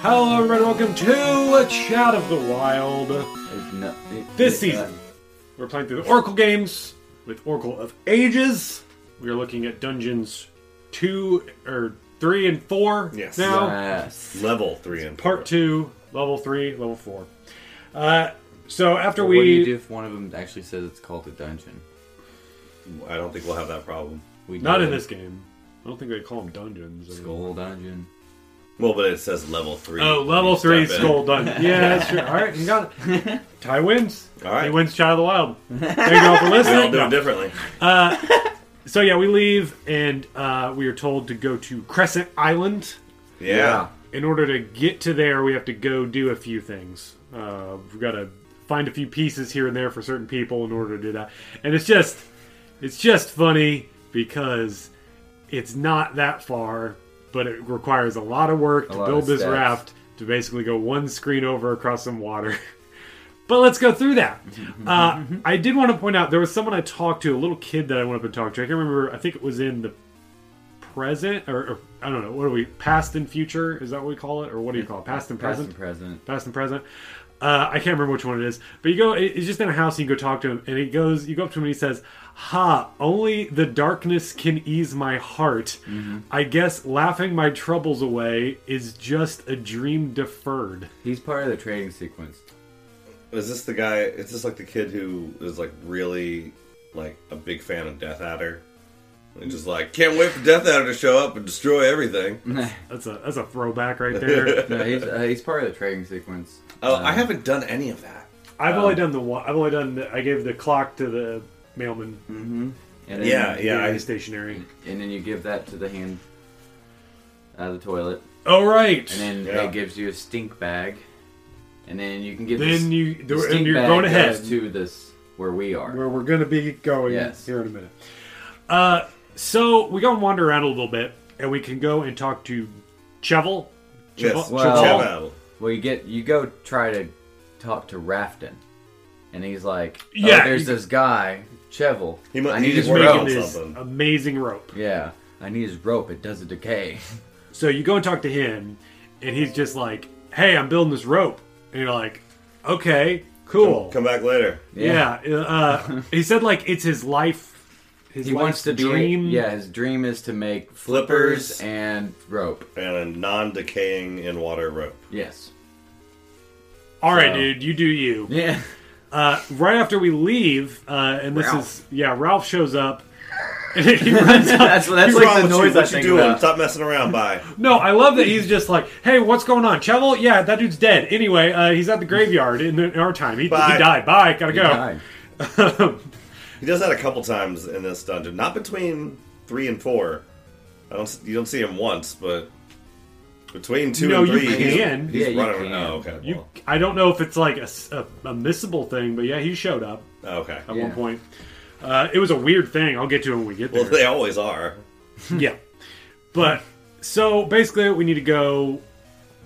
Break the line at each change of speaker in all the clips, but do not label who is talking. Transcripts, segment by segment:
Hello, everyone. Welcome to a Chat of the Wild.
There's no, it-
This
it's,
season, we're playing through the Oracle games with Oracle of Ages. We are looking at dungeons two or three and four
Yes.
uh,
now.
yes.
level three and
Part two, level three, level four. Uh, so after
What
we
do you do if one of them actually says it's called a dungeon?
I don't think we'll have that problem.
We
not
do
in
it.
this game. I don't think they call them dungeons.
skull dungeon.
Well, but it says level three.
Oh, level
You
three
step in.
skull dungeon. Yeah, that's true. All right, you got it. Ty wins.
All right.
he wins. Child of the Wild. Thank you all for
We all
listening.
do
No.
it differently.
So yeah, we leave and uh, we are told to go to Crescent Island.
Yeah.
In order to get to there, we have to go do a few things. Uh, we've got to find a few pieces here and there for certain people in order to do that. And it's just, it's just funny because it's not that far, but it requires a lot of work to
lot
build
of
this
steps.
raft to basically go one screen over across some water. But let's go through that.
Mm-hmm,
Uh, I did want to point out there was someone I talked to, a little kid that I went up and talked to. I can't remember. I think it was in the present, or, or I don't know. What are we? Past and future? Is that what we call it, or what do you call it? Past and
Past
present.
and present.
Past and present. Uh, I can't remember which one it is, but you go. it- It's just in a house, and you go talk to him, and he goes. You go up to him, and he says, "Ha! Only the darkness can ease my heart.
Mm-hmm.
I guess laughing my troubles away is just a dream deferred."
He's part of the trading sequence.
Is this the guy? Is this like the kid who is like really like a big fan of Death Adder? And just like can't wait for Death Adder to show up and destroy everything.
no,
That's a that's a throwback right there.
he's, uh, he's part of the trading sequence.
Oh,
Uh,
I haven't done any of that.
I've only done the one. I've only done. The, I gave the clock to the mailman.
Mm-hmm. And then,
Yeah, yeah.
the
I,
stationery.
And then you give that to the hand out of the toilet,
Oh right.
and then
Yeah.
that gives you a stink bag, and then you can give
Then
this,
you-
the
there- and
stink
you're
bag
going
goes
ahead.
to this where we are.
where we're going to be going
Yes.
here in a minute. Uh, so we go and wander around a little bit, and we can go and talk to Chevel.
yes,
Well-
Cheval.
Well, you get you go try to talk to Rafton, and he's like, oh,
Yeah,
there's
you-
this guy Chevel.
He mu-
I
he
need
just
his
He's making
on
rope.
this
something.
amazing rope.
Yeah, I need his rope. It doesn't decay.
So you go and talk to him, and he's just like, "Hey, I'm building this rope," and you're like, "Okay, cool."
Come back later.
yeah. Uh, he said like it's his life. His
He wants
life's
to do it-
dream.
Yeah, his dream is to make
Flippers.
flippers and rope.
And a non-decaying in water rope.
Yes.
All right,
So-
dude, you do you.
Yeah.
Uh, right after we leave, uh, and this
Ralph.
is yeah, Ralph shows up. And he runs up.
that's that's
What's
like
wrong
the
with you?
noise I
What you
think
doing?
about.
Stop messing around. Bye.
No, I love that he's just like, hey, what's going on, Chevel? Yeah, that dude's dead. Anyway, uh, he's at the graveyard in, in our time. He, he
Bye.
died. Bye. Gotta go.
Yeah.
He does that a couple times in this dungeon, not between three and four. I don't. You don't see him once, but between two
No,
and
you
three,
can.
he's, he's
Yeah, you
running.
can.
Oh, okay.
You,
well,
I don't know if it's like a, s- a- a missable thing, but yeah, he showed up
okay.
at one
Yeah.
point. Uh, it was a weird thing. I'll get to it when we get there.
Well, they always are.
yeah. But so basically, we need to go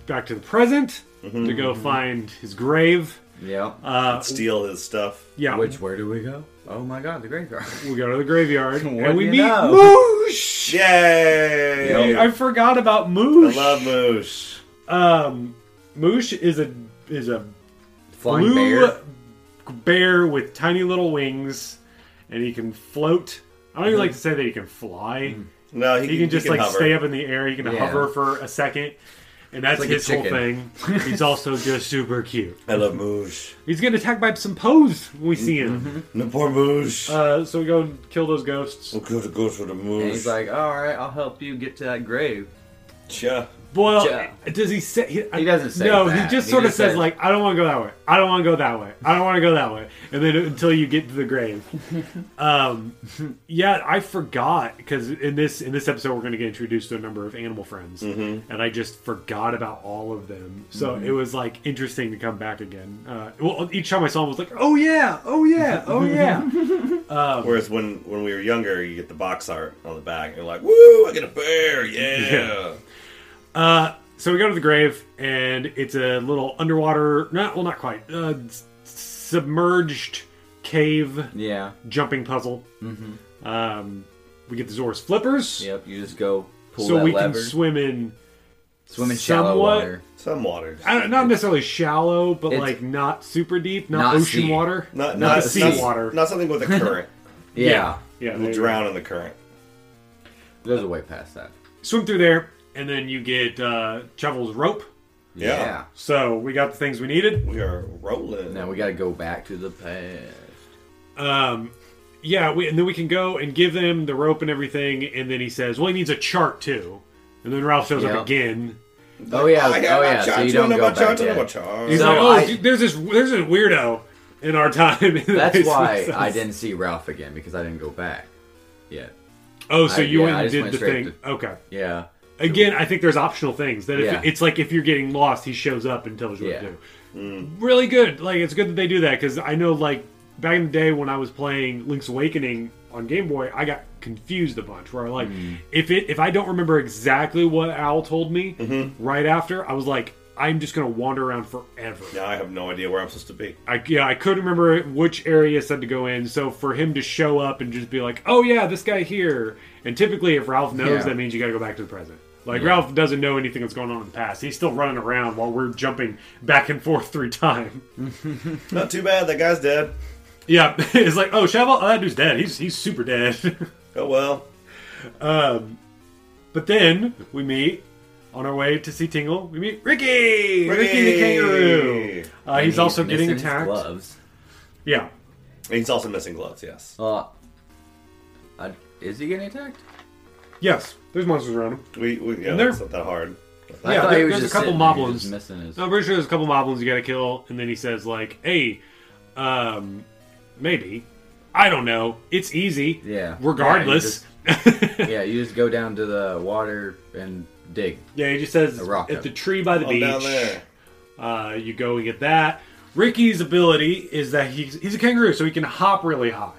back to the present
Mm-hmm.
to go find his grave.
Yeah.
Uh,
Steal his stuff.
yeah,
Which where do we go? Oh my God, the graveyard.
we go to the graveyard
What
and
do
we
you
meet
know?
Moosh.
Yay!
I forgot about
I
Moosh.
love Moosh.
Um, Moosh is a is a
Flying
blue
bear.
bear with tiny little wings, and he can float. I don't even
Mm-hmm.
like to say that he can fly.
No, he,
He can just like
hover.
stay up in the air. He can
Yeah.
hover for a second, and that's
like a
his whole
chicken.
thing. He's also just super cute.
I love Moosh.
He's getting attacked by some pose when we see
Mm-hmm.
him.
No poor Moosh.
Uh, so we go and kill those ghosts.
we'll go to go to the Moosh.
And he's like, all right, I'll help you get to that grave.
yeah.
Well,
Yeah.
does he say? He,
He doesn't say
No, he
that.
just
He
sort
just
of says
says-
like, "I don't want to go that way. I don't want to go that way. I don't want to go that way." And then until you get to the grave. um, yeah, I forgot because in this in this episode we're going to get introduced to a number of animal friends,
Mm-hmm.
and I just forgot about all of them. So it was like interesting to come back again. Uh, well, each time I saw him, I was like, "Oh yeah, oh yeah, oh yeah." uh,
Whereas when when we were younger, you get the box art on the back, and you're like, "Woo! I get a bear! Yeah!"
Uh, so we go to the grave, and it's a little underwater, not well, not quite, uh, s- submerged cave
Yeah.
jumping puzzle. Mm-hmm. Um, we get the Zor's flippers,
Yep. You just go pull
so
that
we
lever,
can swim in.
swim in shallow
somewhat-
water.
Some waters,
I don't, not necessarily shallow, but
It's-
like not super deep, not,
Not
ocean
sea.
water,
Not
not not
the
sea
not,
water.
not something with a current.
Yeah.
yeah,
We'll
there you go.
drown in the current.
There's a way past that.
Swim through there, and then you get uh, Chevel's rope.
Yeah.
yeah.
So we got the things we needed.
We are rolling.
Now we gotta go back to the past.
Um, yeah, we, and then we can go and give them the rope and everything, and then he says, "Well, he needs a chart too." And then Ralph shows
Yeah.
up again.
Oh yeah,
I have
oh
my
yeah. So you
charge,
don't
one of
go
my
back
charge, one of my
yet.
charge.
He's
So
like, "Oh,
I-
dude, there's this there's this weirdo in our time."
That's why I didn't see Ralph again because I didn't go back. Yet.
Oh, so
I-
you
yeah,
went
I
and
just
did
went
the
straight
thing. Okay.
Yeah.
Again, I think there's optional things that if,
Yeah.
it's like if you're getting lost, he shows up and tells you what
Yeah. Mm.
to do. Really good. Like it's good that they do that because I know like back in the day when I was playing Link's Awakening on Game Boy, I got confused a bunch. Where like
Mm.
if it if I don't remember exactly what Al told me
Mm-hmm.
right after, I was like, I'm just gonna wander around forever.
Now I have no idea where I'm supposed to be.
I, yeah, I couldn't remember which area said to go in. So for him to show up and just be like, "Oh yeah, this guy here," and typically if Ralph knows,
Yeah.
that means you got to go back to the present. Like Ralph doesn't know anything that's going on in the past. He's still running around while we're jumping back and forth through time.
Not too bad. That guy's dead.
Yeah, it's like, "Oh, Shovel, oh, that dude's dead. He's he's super dead."
Oh well.
but then we meet on our way to see Tingle. We meet Ricky, Ricky, the
Ricky!
kangaroo. Uh,
And
he's also getting
missing his
attacked.
Gloves.
Yeah,
And he's also missing gloves. Yes.
Uh, I, is he getting attacked?
yes, there's monsters around him.
We, we yeah.
And they're-
That's not that hard.
I
Yeah,
thought
there-
he was
there's a
just
couple
sitting there, he was
moblins.
just missing his.
I'm pretty sure there's a couple moblins you gotta kill, and then he says like, "Hey, um, maybe, I don't know. It's easy.
Yeah.
Regardless.
yeah, you just go down to the water and dig.
yeah, he just says
A rock
at
up.
the tree by the
Oh,
beach.
down there.
Uh, you go and get that. Ricky's ability is that he's he's a kangaroo, so he can hop really high,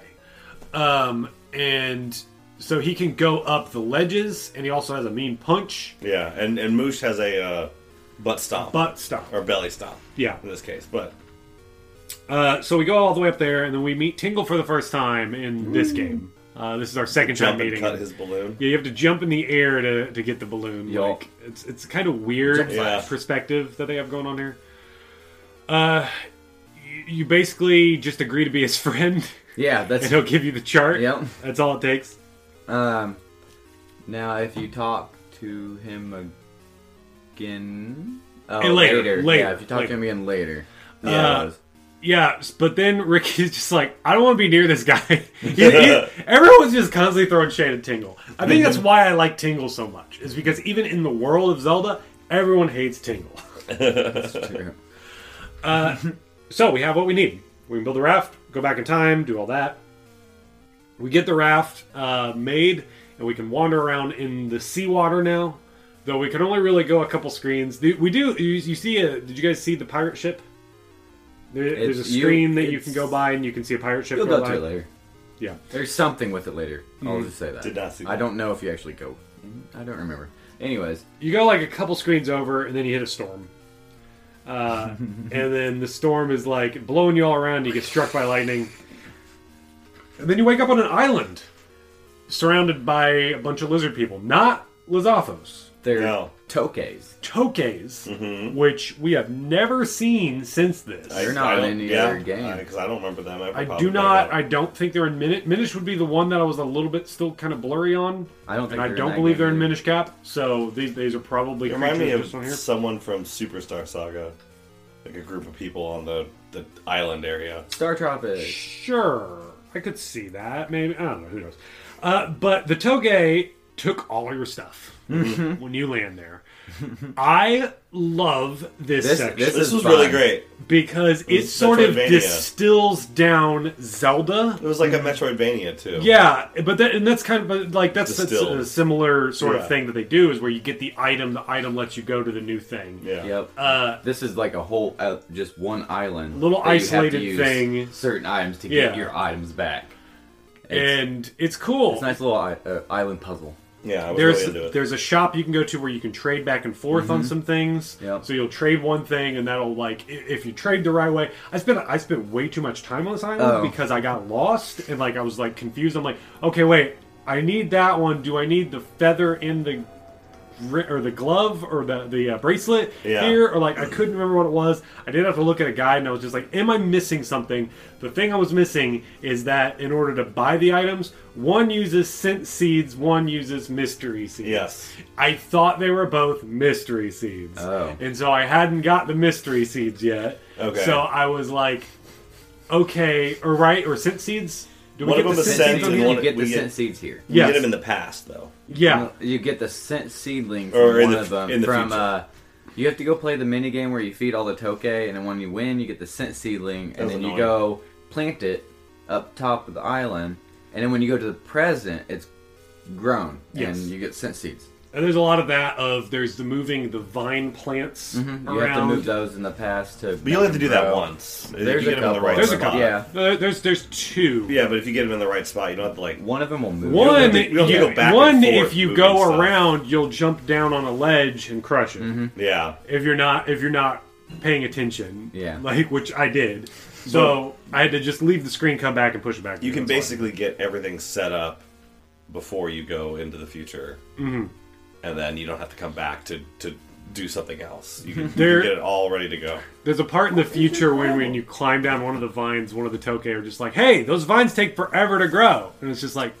um, and so he can go up the ledges, and he also has a mean punch,
Yeah. And and Moosh has a uh, butt stomp
butt stop.
or belly stomp
Yeah.
in this case, but
Uh, so we go all the way up there, and then we meet Tingle for the first time in this game. Uh, this is our second
jump
time
and
meeting.
cut
him.
his balloon.
Yeah, you have to jump in the air to, to get the balloon.
Yup.
Like it's it's kind of weird
Yeah.
perspective that they have going on here. Uh, you, you basically just agree to be his friend,
Yeah,
and
that's.
he'll give you the chart.
Yep.
that's all it takes.
Um, now if you talk to him again. Oh,
And later, later,
Yeah, if you talk
later.
to him again later. Yeah.
Uh, Yeah, s- but then Ricky's just like, I don't want to be near this guy. He- he- everyone's just constantly throwing shade at Tingle. I think
Mhm.
that's why I like Tingle so much, is because even in the world of Zelda, everyone hates Tingle.
that's true.
So we have what we need. We can build a raft, go back in time, do all that. We get the raft uh, made, and we can wander around in the seawater now. Though we can only really go a couple screens. The- We do. You, you see a? Did you guys see the pirate ship? There, there's a
It's- you-
screen that you can
it's-
go by, and you can see a pirate ship.
You'll
go
go to
by.
it later.
Yeah.
There's something with it later.
Mm.
I'll just say that.
Did not see
I don't know if you actually go. I don't remember. Anyways,
You go like a couple screens over, and then you hit a storm. Uh, and then the storm is like blowing you all around. You get struck by lightning, and then you wake up on an island, surrounded by a bunch of lizard people. Not Lizophos,
they're
No.
tokes.
Tokes,
Mm-hmm.
which we have never seen since this.
They're not in any other game.
because I don't remember them.
I
probably
do not.
played
I don't think they're in Minish. Minish would be the one that I was a little bit still kind of blurry on.
I don't think
and I
they're in
don't
that
believe
game
they're in
either.
Minish Cap. So these these are probably
that. Remind me
creatures just on
of
here.
someone from Superstar Saga, like a group of people on the the island area.
Star Tropics.
Sure, I could see that. Maybe I don't know. Who
Mm-hmm.
knows? Uh, but the toge took all your stuff when you land there. I love this,
This-
section
This,
is
was
fun.
really great.
because it
was
sort of
Metroidvania.
distills down Zelda.
It was like a Metroidvania too.
Mm-hmm. Yeah, but that and that's kind of like that's, that's
Distilled.
a similar sort
Yeah.
of thing that they do is where you get the item, the item lets you go to the new thing.
Yeah.
Yep.
Uh,
this is like a whole, uh, just one island.
Little
that you have to
isolated
use
thing.
Certain items to
Yeah.
get your items back. It's,
and it's cool.
it's a nice little i- uh, island puzzle.
Yeah, I was
there's
really into it.
there's a shop you can go to where you can trade back and forth on some things.
Mm-hmm. Yep.
So you'll trade one thing, and that'll like i- if you trade the right way. I spent I spent way too much time on this island
Oh.
because I got lost and like I was like confused. I'm like, okay, wait, I need that one. Do I need the feather in the ri- or the glove or the the uh, bracelet
Yeah.
here or like I couldn't remember what it was. I did have to look at a guide and I was just like, am I missing something? The thing I was missing is that in order to buy the items, one uses scent seeds, one uses mystery seeds.
Yes.
I thought they were both mystery seeds.
Oh.
And so I hadn't got the mystery seeds yet.
Okay.
So I was like, okay, or right, or scent seeds? Do
One
we
of
get the
them is
scent
scent
seeds?
and
on here?
one-
you get
we
the
get-
scent seeds here.
You
Yes.
get him in the past though.
Yeah.
You get the scent seedling from
Or in
one
the
of
f-
them.
in the
from
future.
uh, you have to go play the mini game where you feed all the tokay, and then when you win, you get the scent seedling, and
was
then
annoying.
you go plant it up top of the island, and then when you go to the present, it's grown,
Yes.
and you get scent seeds.
And there's a lot of that of there's the moving the vine plants
Mm-hmm. You have to
around.
move those in the past to.
But you only have to do that once. If
There's
you
a
get him in the
couple.
right
there's a
spot.
couple.
Yeah.
Uh, There's there's two.
Yeah, but if you get him in the right spot, you don't have to like
One of them will move.
One,
to- you don't
you-
have to go back and
one
forth
if you
moving
go
stuff. Mm-hmm.
around, you'll jump down on a ledge and crush it.
Yeah.
If you're not if you're not paying attention,
Yeah.
like which I did. So I had to just leave the screen, come back, and push it back.
You can
That's all.
basically get everything set up before you go into the future, mm-hmm. and then you don't have to come back to to do something else. You can, you can
There-
get it all ready to go.
There's a part in the future when when you climb down one of the vines, one of the tokay are just like, "Hey, those vines take forever to grow," and it's just like,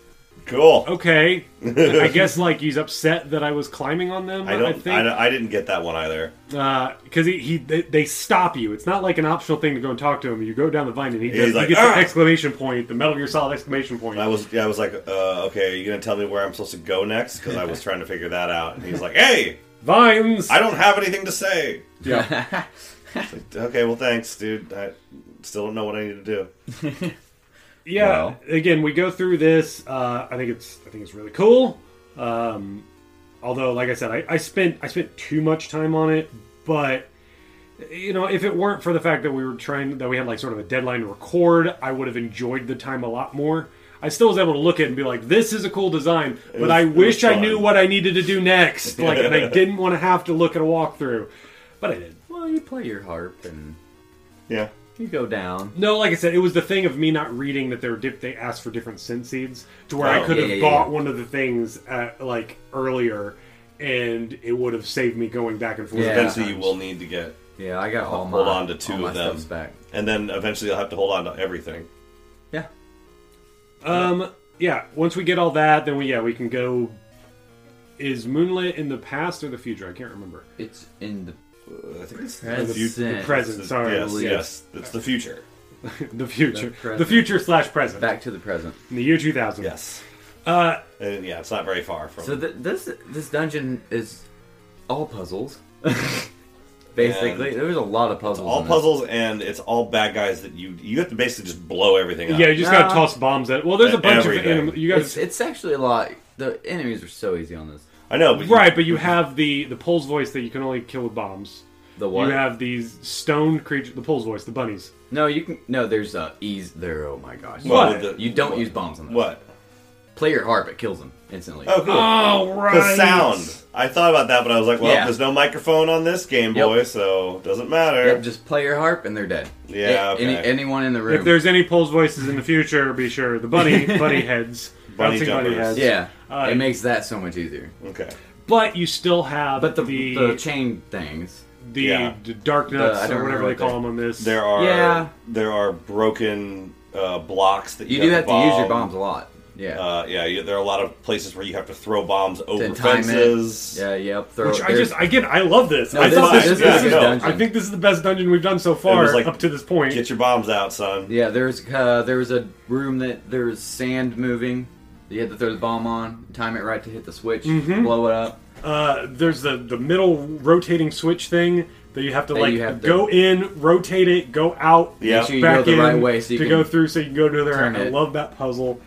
Cool.
okay. I guess like he's upset that I was climbing on them.
I
I,
don't. I,
think
don't- I didn't get that one either.
because Uh, he, he they, they stop you. It's not like an optional thing to go and talk to him. You go down the vine and he does.
like,
he gets
"Ah!"
the exclamation point, the Metal Gear Solid exclamation point.
I was. Yeah, I was like, uh, okay, are you gonna tell me where I'm supposed to go next? Because I was trying to figure that out. And he's like, hey,
Vines.
I don't have anything to say.
yeah.
It's like, okay, well, thanks, dude. I still don't know what I need to do.
yeah.
Well.
Again, we go through this. Uh, I think it's I think it's really cool. Um, although, like I said, I, I spent I spent too much time on it, but. You know, if it weren't for the fact that we were trying that we had like sort of a deadline to record, I would have enjoyed the time a lot more. I still was able to look at it and be like, "This is a cool design," but
was-
I
it was
wish I
fun.
knew what I needed to do next. Like, and I didn't want to have to look at a walkthrough, but I did.
Well, you play your harp and
Yeah.
you go down.
No, like I said, it was the thing of me not reading that they were dip- they asked for different scent seeds to where
Oh,
I could
yeah,
have
yeah,
bought
yeah.
one of the things at, like earlier, and it would have saved me going back and forth.
Yeah.
Eventually, you will need to get,
Yeah, I got all my
Hold on to two
all my
of them.
stuffs back.
and then eventually you'll have to hold on to everything.
Yeah.
Um. Yeah. Once we get all that, then we yeah we can go. Is Moonlit in the past or the future? I can't remember.
It's in the
I think it's
present.
present. Sorry.
Yes, yes, it's the future.
The future.
present.
The future slash present.
Back to the present.
in the year two thousand.
Yes,
Uh.
and yeah, it's not very far from.
So th- this this dungeon is all puzzles. Basically,
And-
there was a lot of puzzles.
all
in this.
puzzles, and it's all bad guys that you you have to basically just blow everything up.
Yeah. You just
Nah.
gotta toss bombs at. Well, there's a bunch of
Everything.
anim- you gotta
It's, it's actually a lot. The enemies are so easy on this.
I know, but you-
right, but you have the the pole's voice that you can only kill with bombs.
The what?
You have these stone creatures, the pole's voice, the bunnies.
no, you can. No, there's uh, ease there. Oh my gosh.
What?
You- You don't
What?
use bombs on them.
What?
Play your harp. It kills them instantly.
Oh, cool.
Oh,
the sound. I thought about that, but I was like, well,
Yeah.
there's no microphone on this Game
Yep.
Boy, so doesn't matter.
Yep, just play your harp and they're dead.
Yeah,
A- any-
okay.
anyone in the room.
If there's any pole's voices in the future, be sure the bunny bunny heads,
Bunny
bouncing bunny heads.
jumpers.
yeah,
Uh,
it makes that so much easier.
okay.
But you still have
But the
the
the, chain things.
the
yeah.
d- dark
The- I
nuts
don't
or whatever
remember
they
what
call
they-
them on this.
There are
Yeah.
there are broken uh, blocks that you,
You do have to use your
bomb.
bombs a lot. Yeah.
Uh, yeah, you, there are a lot of places where you have to throw bombs over
to time
fences.
it. Yeah, yep. Throw,
which I
there's-
just again I love this.
No,
I
this
thought
is-
this,
this is
this
a good
is,
dungeon.
I think this is the best dungeon we've done so far
was like,
up to this point.
Get your bombs out, son.
Yeah, there was uh, there was a room that there
Mm-hmm.
was sand moving. that You had to throw the bomb on, time it right to hit the switch, blow it up.
Uh, there's the the middle rotating switch thing that you have to
That
like
you have to-
go in, rotate it, go out,
Yeah. Make sure
you
back
go the
in
right way so you
to
can
go through, so you can go to another.
turn
I
it.
love that puzzle.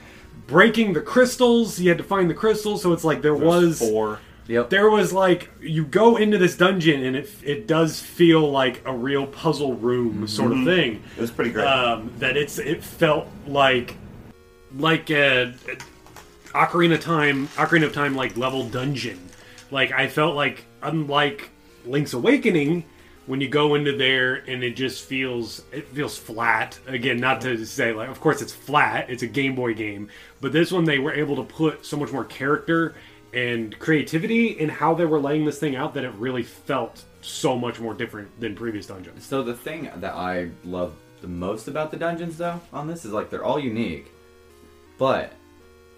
Breaking the crystals, you had to find the crystals, so it's like there was
four.
Yep.
there was like you go into this dungeon and it it does feel like a real puzzle room sort of thing.
It was pretty great.
Um, that it's it felt like like a, a Ocarina of Time Ocarina of Time like level dungeon. Like I felt like unlike Link's Awakening when you go into there and it just feels it feels flat again not to say like of course it's flat it's a Game Boy game but this one they were able to put so much more character and creativity in how they were laying this thing out that it really felt so much more different than previous dungeons.
So the thing that I love the most about the dungeons, though, on this is like they're all unique, but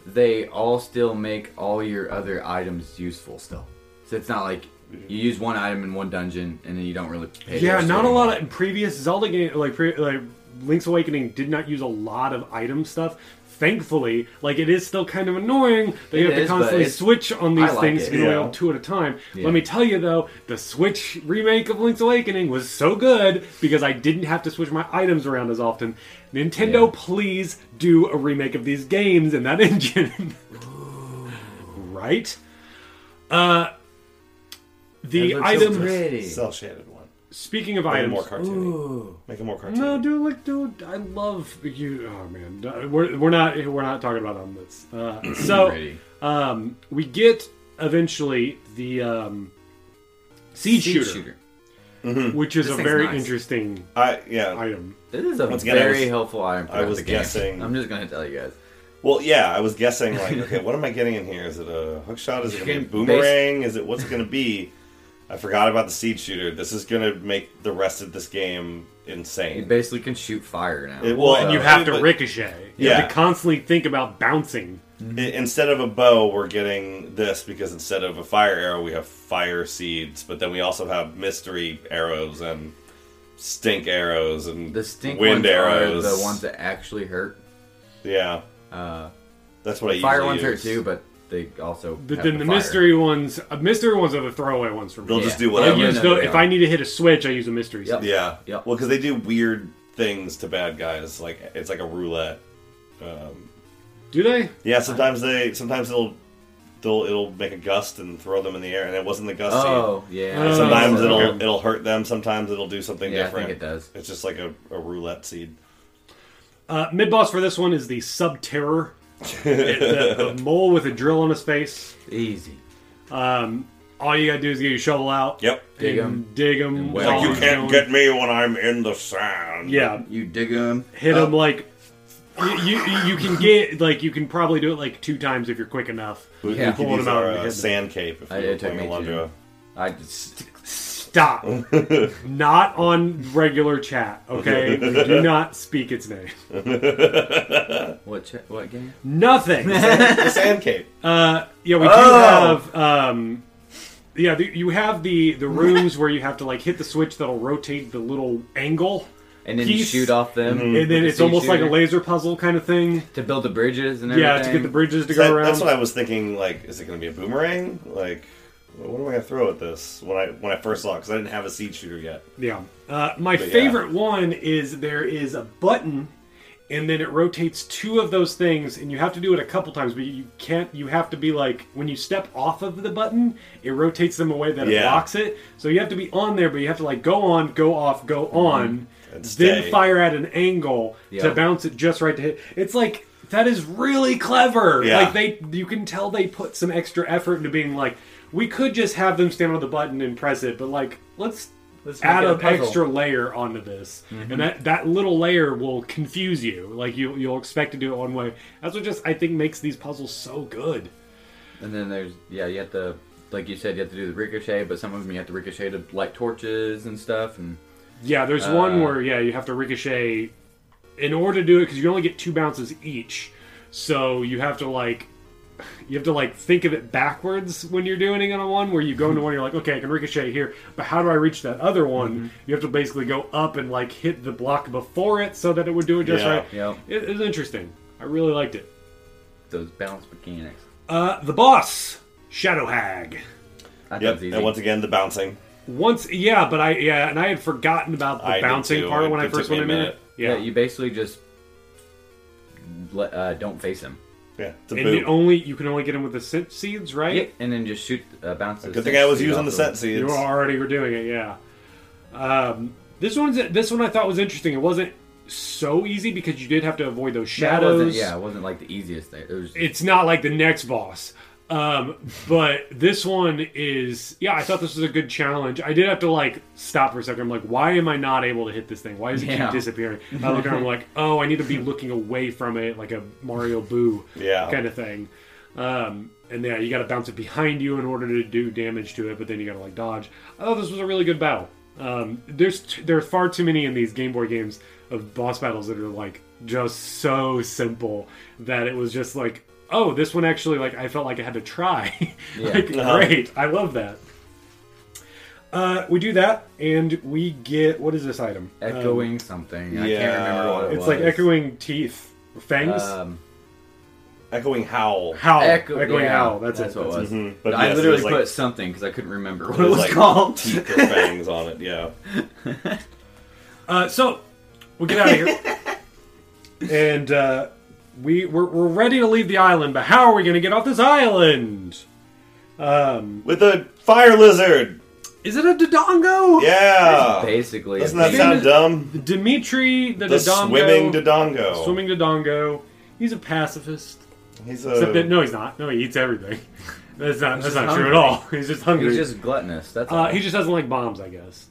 they all still make all your other items useful still. So it's not like you use one item in one dungeon and then you don't really pay.
Yeah, not a lot of in previous Zelda game like pre, like Link's Awakening did not use a lot of item stuff. Thankfully, like it is still kind of annoying that you
It
have to
is, but
constantly
it's-
switch on these
I like
things
it.
you can only
Yeah.
have two at a time.
Yeah.
Let me tell you though, the Switch remake of Link's Awakening was so good because I didn't have to switch my items around as often. Nintendo,
Yeah.
please do a remake of these games in that engine. right? Uh the items
Cell shaded one.
speaking of
Make it
items
more cartoony. Make it more cartoony.
no, dude, like, dude, I love you. Oh man, No, we're, we're not we're not talking about on this. Uh, so,
Alrighty.
um, we get eventually the um, seed,
Seed
shooter,
shooter.
which is
This
a
thing's
very
nice.
interesting
I yeah.
item.
This is a
Once again, I
very
was-
helpful item.
I
throughout
was
the game.
guessing-
I'm just gonna tell you guys.
Well, yeah. I was guessing like, okay, what am I getting in here? Is it a hook shot? Is it gonna be a
Base-
boomerang? Is it what's it gonna be? I forgot about the seed shooter. This is gonna make the rest of this game
You
insane.
basically can shoot fire now.
It will,
and
Uh,
you have to
but-
ricochet. You have
Yeah.
to constantly think about bouncing.
I- Instead of a bow, we're getting this because instead of a fire arrow, we have fire seeds. But then we also have mystery arrows and stink arrows and
the stink
wind
ones
arrows.
are the ones that actually hurt.
yeah,
Uh,
that's what I
fire
usually
ones hurt
use.
too, but they also.
But
have
then
to
the
fire.
mystery ones, uh, mystery ones are the throwaway ones for me.
They'll just
Yeah.
do
I
whatever.
Yeah,
use
no,
the-
they
if
are.
I need to hit a switch, I use a mystery.
Yep.
seed.
Yeah.
Yep.
Well, because they do weird things to bad guys. Like it's like a roulette. Um,
Do they?
yeah. Sometimes they. Sometimes they'll. They'll. It'll make a gust and throw them in the air, and it wasn't the gust.
Oh yeah.
Oh.
seed. Sometimes
okay.
it'll it'll hurt them. Sometimes it'll do something
Yeah, I
different.
think it does.
It's just like a, a roulette seed.
Uh, Mid boss for this one is the Sub Terror, the, the mole with a drill on his face.
easy.
Um, all you gotta do is get your shovel out.
Yep.
Dig
Dig
him.
'em.
Dig him.
whack Like, 'em.
you can't get me when I'm in the sand.
Yeah.
You dig them.
Hit him
Oh.
like. You, you you can get like you can probably do it like two times if you're quick enough.
We, we
Yeah.
could
Pulling
use
them out
our
of the
uh,
head.
sand cape if
I-
we were
Oh. it took
playing
me two.
Alundra.
I just
Stop. not on regular chat, okay? We do not speak its name.
what cha- what game?
Nothing.
the sand cape.
Uh, yeah, we
Oh.
do have. Um, yeah, the, you have the the rooms where you have to like hit the switch that'll rotate the little angle,
And then you
piece,
shoot off them.
Mm-hmm.
and then it's almost like a laser puzzle kind of thing.
to build the bridges and everything.
Yeah, to get the bridges to
Is
go
that-
around.
That's what I was thinking. Like, is it going to be a boomerang? Like, what am I going to throw at this when I when I first saw? Because I didn't have a seed shooter yet.
Yeah. Uh, my
yeah.
favorite one is there is a button, and then it rotates two of those things, and you have to do it a couple times, but you can't. You have to be like when you step off of the button, it rotates them away that it
Yeah.
blocks it. So you have to be on there, but you have to like go on, go off, go on,
Mm-hmm. And
then
stay.
fire at an angle to
Yeah.
bounce it just right to hit. It's like. That is really clever.
Yeah.
Like they, you can tell they put some extra effort into being like, we could just have them stand on the button and press it, but like, let's
Let's make
add
it a
an
puzzle. Mm-hmm.
extra layer onto this, and that that little layer will confuse you. Like you you'll expect to do it one way. That's what just I think makes these puzzles so good.
And then there's yeah, you have to like you said, you have to do the ricochet, but some of them you have to ricochet to light torches and stuff. And
Yeah, there's
Uh,
one where yeah you have to ricochet in order to do it because you only get two bounces each, so you have to like. You have to like think of it backwards when you're doing it on a one, where you go into one, you're like, okay, I can ricochet here, but how do I reach that other one?
Mm-hmm.
You have to basically go up and like hit the block before it so that it would do it just
Yeah.
right.
yeah,
It, it was interesting. I really liked it.
those balance mechanics.
Uh, the boss, Shadow Hag.
That
Yep.
sounds easy.
And once again, the bouncing.
Once, yeah, but I yeah, and I had forgotten about the
I did
bouncing
too.
part when
It
I
took
first
me
went
a
in there.
minute.
Yeah,
you basically just let, uh, don't face him.
Yeah, it's a
and
boot.
you only you can only get him with the scent seeds, right?
Yep. And then just shoot, uh, bounce. the
Good
scent
thing I was
seed
using
off
the
of
set
him.
seeds.
You were already were doing it, yeah. Um, this one's this one I thought was interesting. It wasn't so easy because you did have to avoid those
That
shadows.
Wasn't, yeah, it wasn't like the easiest thing. It was.
it's not like the next boss. Um, but this one is, yeah, I thought this was a good challenge. I did have to like stop for a second. I'm like, why am I not able to hit this thing? Why does it
Yeah.
keep disappearing? And I look around, I'm like, oh, I need to be looking away from it, like a Mario Boo
Yeah.
kind of thing. Um, and yeah, you got to bounce it behind you in order to do damage to it, but then you got to like dodge. I thought this was a really good battle. Um, there's t- there are far too many in these Game Boy games of boss battles that are like just so simple that it was just like, oh, this one actually like I felt like I had to try.
Yeah.
like, great, I love that. Uh, we do that, and we get what is this item? Um,
echoing something. I can't
yeah.
remember what it
it's
was.
like echoing teeth, fangs,
Um,
Echoing howl.
howl,
echo-
echoing
yeah,
howl. That's, it.
what it
That's
was.
Mm-hmm. But
I
yes, it
literally
was like-
put something because I couldn't remember what it
There's,
was
like,
called.
Teeth or fangs on it. Yeah.
Uh, so we get out of here, and uh, we we're, we're ready to leave the island. But how are we going to get off this island?
With a fire lizard.
Is it a Dodongo?
Yeah.
Basically,
uh, Doesn't
I
that
think-
sound dumb?
Dimitri the,
The
Dodongo.
swimming dodongo. Uh.
Swimming Dodongo. He's a pacifist.
He's
Except that
a.
no, he's not. No, he eats everything. That's not that's
just
not true at
hungry.
all. He's just hungry.
He's just gluttonous. That's all.
uh, he just doesn't like bombs, I guess.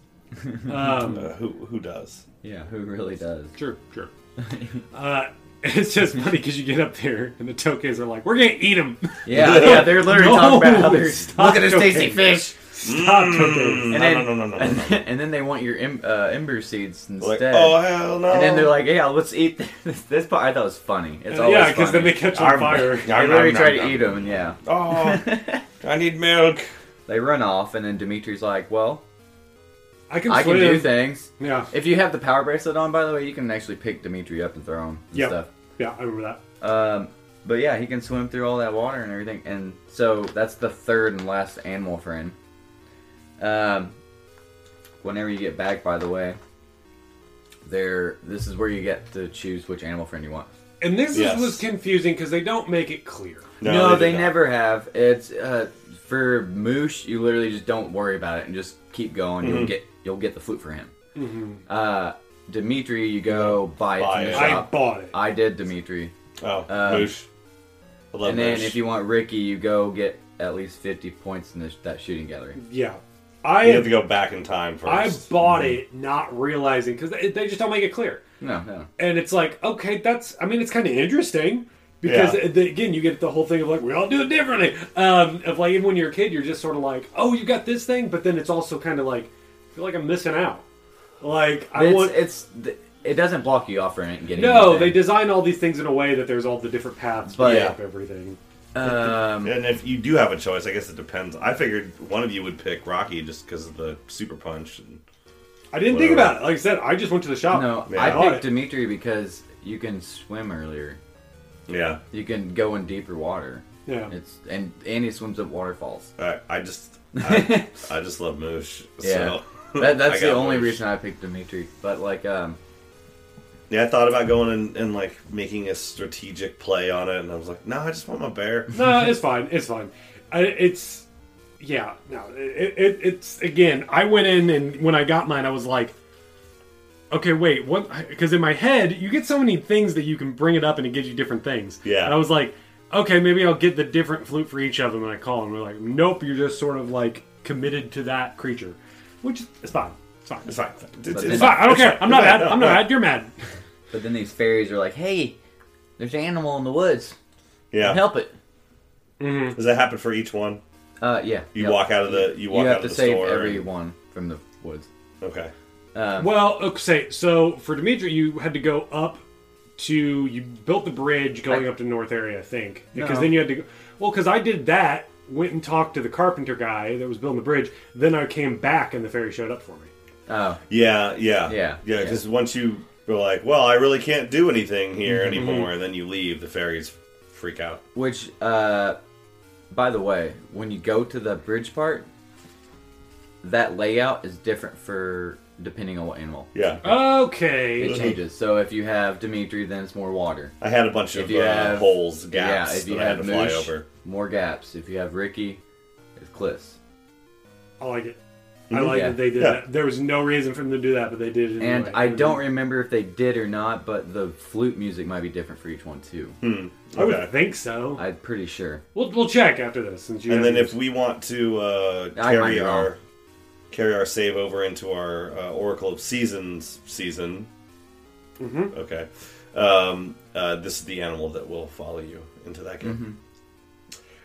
Um,
Uh, who who does?
yeah. Who really does?
Sure, sure. Uh, it's just funny because you get up there and the tokes are like, "We're gonna eat him."
Yeah, yeah. They're literally talking about how they're
stop
look at this
joking.
tasty fish.
Stop
Mm.
tokes.
And
No,
then,
no, no, no, no,
and,
no,
then- and then they want your em- uh, ember seeds
Like,
instead.
oh hell no!
and then they're like, "Yeah, let's eat this." This part I thought was funny. It's always
yeah, because then
funny.
they catch on
Arm-
fire.
Yeah.
They
Nom,
literally
nom,
try
nom,
to
nom.
eat them, and yeah,
"Oh, I need milk."
they run off. And then Dimitri's like, "Well,
I can
I can
swim.
do things."
Yeah,
If you have the power bracelet on, by the way, you can actually pick Dimitri up and throw him and
Yep.
stuff.
yeah, I remember that.
Um, but yeah, he can swim through all that water and everything. And so that's the third and last animal friend. Um, whenever you get back, by the way, there. This is where you get to choose which animal friend you want.
And this
Yes.
is, was confusing because they don't make it clear.
No, they,
did not.
never have. It's uh, for Moosh. You literally just don't worry about it and just keep going. You'll get you'll get the flute for him. Uh, Dimitri, you go buy it
Buy
from the
it.
I
shop.
bought it.
I did Dimitri.
Oh,
Um,
Moosh. I love
And then
Moosh.
if you want Ricky, you go get at least 50 points in this, that shooting gallery.
Hmm.
yeah, I
You have to go back in time
I
first.
bought it not realizing because they, they just don't make it clear.
No, no.
and it's like okay that's i mean it's kind of interesting because
Yeah.
the, again you get the whole thing of like we all do it differently um, of like even when you're a kid you're just sort of like oh you got this thing but then it's also kind of like I feel like i'm missing out like i
it's,
want
it's th- it doesn't block you off from it getting.
no they
anything.
design all these things in a way that there's all the different paths to
But-
pick up everything
Um,
And if you do have a choice, I guess it depends. I figured one of you would pick Rocky just because of the super punch. And
i didn't think
Whatever.
about it like i said i just went to the shop
no,
Yeah.
I
Got
picked
it.
Dimitri because you can swim earlier.
yeah,
You can go in deeper water.
yeah
It's and and he swims up waterfalls.
I, I just, I, I just love Moosh.
Yeah,
so
that,
I
that's the
got
only
Moosh.
reason I picked Dimitri. But like, um,
Yeah, I thought about going and, and like making a strategic play on it, and I was like, no, I just want my bear.
no, it's fine. It's fine. I, it's yeah. No, it, it, it's again. I went in and when I got mine, I was like, okay, wait, what? Because in my head, you get so many things that you can bring it up and it gives you different things.
Yeah.
And I was like, okay, maybe I'll get the different flute for each of them. And I call and we're like, nope, you're just sort of like committed to that creature, which is fine. It's fine. It's fine.
It's,
then-
It's fine. I don't
it's
care.
fine.
I'm not
It's fine.
mad. I'm
No,
not
no.
mad. You're mad.
but then these fairies are like, "Hey, there's an animal in the woods.
Yeah.
Help it."
Does that happen for each one?
Uh, yeah.
You
yep.
walk out of the, you walk
you have
out
to
of the
save
store. and-
everyone from the woods.
okay.
Well, okay. So for Dimitri, you had to go up to you built the bridge going up to North Area, I think, because
No.
then you had to. go Well, because I did that, went and talked to the carpenter guy that was building the bridge. Then I came back, and the ferry showed up for me.
Oh,
Yeah, yeah,
Yeah,
yeah.
yeah.
Because once you were like, "Well, I really can't do anything here
Mm-hmm.
anymore," and then you leave, the fairies freak out.
Which, uh, by the way, when you go to the bridge part, that layout is different for depending on what animal.
Yeah.
Okay.
It changes. So if you have Dimitri, then it's more water.
I had a bunch
If
of
you
uh,
have-
holes, gaps
yeah, if you
that I
have
had to fly
Moosh,
over.
more gaps. If you have Ricky, it's cliffs.
I like it. I like
Yeah.
that they did
Yeah.
that. There was no reason for them to do that, but they did it.
And
anyway.
I don't remember if they did or not, but the flute music might be different for each one too.
Hmm.
I would
Okay.
think so.
I'm pretty sure.
We'll, we'll check after this. Since you
And
have
then if we want to uh,
I might
carry
be wrong.
our carry our save over into our uh, Oracle of Seasons season, mm-hmm. okay, um, uh, this is the animal that will follow you into that game.
Mm-hmm.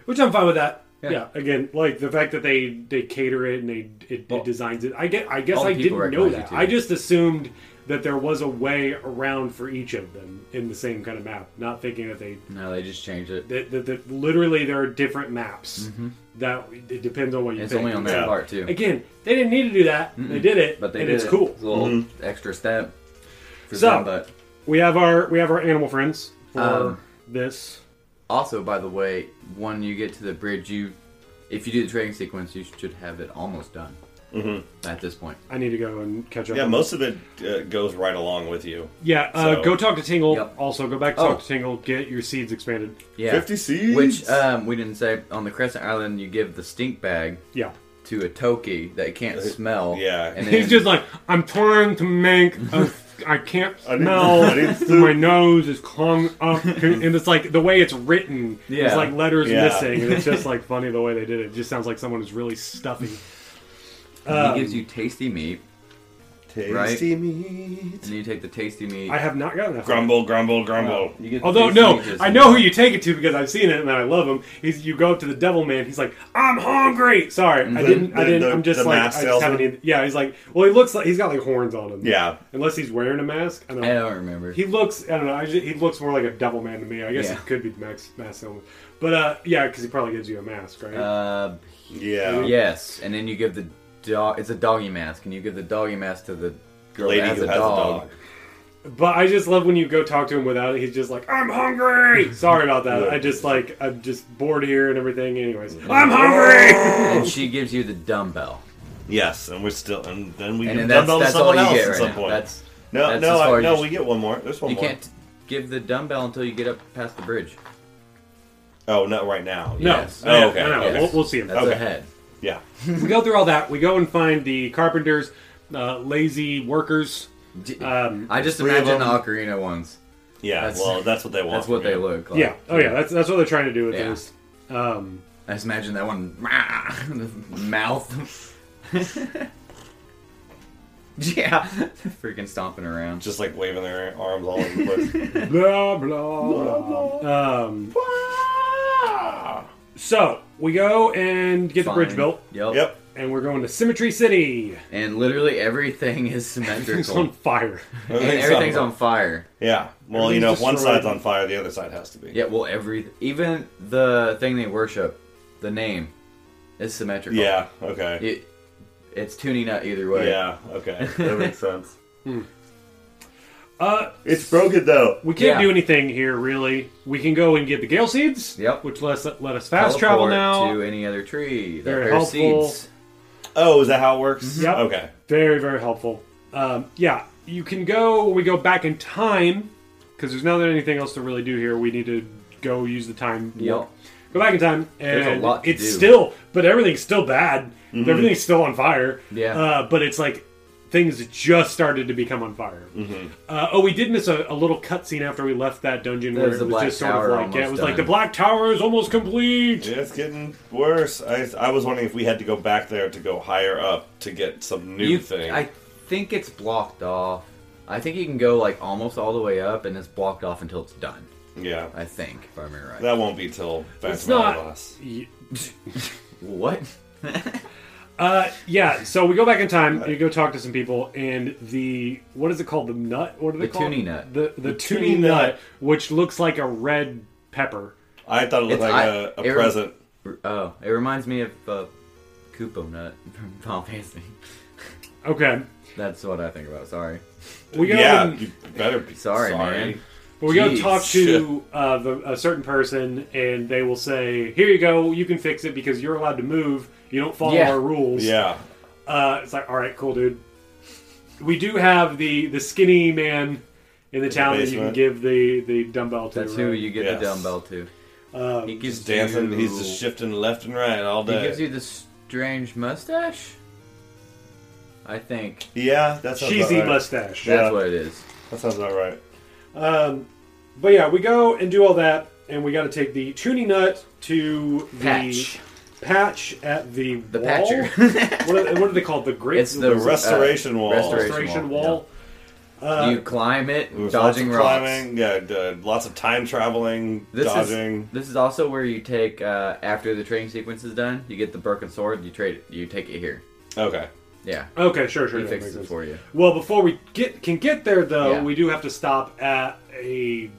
Which I'm fine with that. Yeah.
Yeah.
Again, like the fact that they they cater it and they it, it designs it. I get. I guess
all the
I
people
didn't know
recognize you
that.
too.
I just assumed that there was a way around for each of them in the same kind of map. Not thinking that they
No, they just changed it.
that, that, that literally there are different maps. That it depends on what you
Mm-hmm. It's
pick.
only on that
Yeah.
part too.
Again, they didn't need to do that. They did it,
But they
and
did
it's
it.
cool.
It's a little
Mm-hmm.
extra step. For
So-
them, but
We have our we have our animal friends for
Um,
this.
also, by the way, when you get to the bridge, you if you do the trading sequence, you should have it almost done. Mm-hmm. At this point,
I need to go and catch up.
Yeah,
on-
most of it uh, goes right along with you.
yeah. Uh,
so-
Go talk to Tingle.
Yep.
Also, go back to
Oh.
talk to Tingle. Get your seeds expanded.
yeah.
Fifty seeds.
Which um, we didn't say on the Crescent Island, you give the stink bag
Yeah.
to a Toki that can't smell.
Uh, yeah.
and
He's just like I'm trying to make. A, I can't
I need-
smell.
I need soup.
my nose is clung up, and it's like the way it's written. Yeah. It's
Yeah.
like letters
Yeah.
missing, and it's just like funny the way they did it. It just sounds like someone is really stuffy. um,
he gives you tasty meat,
Tasty meat.
and then you take the tasty meat.
I have not gotten that. far.
Grumble, grumble, grumble.
You get the
Although
tasty
no,
meat just-
I know who you take it to because I've seen it and I love him. He's you go up to the devil man. He's like, I'm hungry. Sorry, I didn't. I
The-
didn't.
the-
I'm just
the
like, I
mask
just haven't.
salesman?
Even, yeah, he's like, well, he looks like he's got like horns on him.
Yeah.
unless he's wearing a mask. I don't.
I don't remember.
He looks. I don't know. I just, he looks more like a devil man to me. I guess
Yeah.
it could be the mask mask salesman. But uh, yeah, because he probably gives you a mask, right?
uh,
Yeah.
yes, and then you give the dog. It's a doggy mask, and you give the doggy mask to the girl
Lady
that has
who
a
has
dog.
a dog.
but I just love when you go talk to him without it. He's just like, I'm hungry. Sorry about that. I just like I'm just bored here and everything. Anyways,
Mm-hmm.
I'm hungry.
and she gives you the dumbbell.
Yes, and we're still, and then we
And then
give
that's,
dumbbell to
that's all
someone
you
else
get
at
right
some
now.
point.
That's
no,
that's
no,
as far
I,
as
no.
you-
We get one more. There's one
you
more.
can't give the dumbbell until you get up past the bridge.
Oh, not right now.
No,
Yes.
no,
Oh, okay.
no, no.
Yes.
We'll, we'll see him.
That's
Okay.
ahead.
Yeah.
we go through all that. We go and find the carpenters, uh, lazy workers.
D-
Um,
I just
three of
imagine the
them-
ocarina ones.
Yeah.
That's-
well, that's what they want.
That's what
from
they
you.
look like.
yeah. Oh yeah. That's that's what they're trying to do with
Uh, Yeah.
this. Um,
I just imagine that one the mouth. yeah, freaking stomping around.
Just like waving their arms all over the place.
blah blah blah. Um, so we go and get
Fine.
the bridge built,
Yep.
yep.
and we're going to Symmetry City.
And literally everything is
It's on
symmetrical.
fire.
and everything's on fire.
Yeah. Well, you know, if
Everything's
one side's
destroyed.
on fire, the other side has to be.
Yeah, well, every even the thing they worship, the name, is symmetrical.
Yeah. Okay.
It, it's tuning out either way.
Yeah. Okay. That makes sense.
Uh,
It's broken though.
we can't
Yeah.
do anything here really. We can go and get the gale seeds.
Yep.
Which lets let us fast travel
Teleport
now.
to any other tree that
Very
bears
helpful.
seeds.
Oh, is that how it works?
Mm-hmm.
Yep.
Okay.
Very, very helpful. Um, yeah, you can go. We go back in time because there's not anything else to really do here. We need to go use the time. warp.
Yep.
Go back in time, and
There's a lot to
it's
do. Mm-hmm.
still, but everything's still bad. Everything's still on fire.
Yeah.
Uh, but it's like things just started to become on fire.
Mm-hmm.
Uh, oh, we did miss a, a little cutscene after we left that dungeon where
was
it
the
was
Black
just sort
Tower
of like yeah, it
almost
was like the
done.
black tower is almost complete.
Yeah, it's getting worse. I, I was wondering if we had to go back there to go higher up to get some new
You-
thing.
I think it's blocked off. I think you can go like almost all the way up, and it's blocked off until it's done.
yeah.
I think, if I remember right.
that won't be till Phantom
It's not-
Hourglass.
Y-
what?
Uh, yeah. So we go back in
Uh,
time. and You go talk to some people, and the what is it called? The nut? What are they
The
called?
toonie nut.
The the,
toonie
toonie nut,
nut.
which looks like a red pepper.
I thought it looked
It's-
like
I-
a a
it rem-
present.
Oh, it reminds me of uh, Koopo Nut from Tom Fantasy.
Okay.
That's what I think about. Sorry.
We go.
yeah,
and-
you better be
Sorry, man.
we go
Jeez.
talk to uh, the, a certain person, and they will say, "Here you go. You can fix it because you're allowed to move. You don't follow
Yeah.
our rules."
Yeah.
Uh, it's like, all right, cool, dude. We do have the the skinny man in the town that you can
basement.
give the the dumbbell to.
That's
right?
who you get
Yes.
the dumbbell to.
Um,
he gives
He's dancing.
You,
He's just shifting left and right all
He gives
day.
you the strange mustache. I think
yeah, that sounds
cheesy
about right.
mustache.
Yeah.
that's what it is.
That sounds about right.
Um, but yeah, we go and do all that, and we got to take the tuning nut to the
Patch.
patch at the
The
wall.
patcher.
what, are, what are they called? The great
It's the, uh,
The restoration wall.
Restoration,
restoration
wall.
wall.
yeah. you climb it,
There was
dodging
lots of
rocks.
climbing, yeah, d- lots of time traveling,
This
dodging.
is this is also where you take uh, after the training sequence is done. You get the broken sword. You trade it. You take it here.
Okay.
Yeah,
Okay, sure, sure.
he
yeah, makes
fixes it
sense.
for you.
Well, before we get can get there though,
Yeah.
we do have to stop at a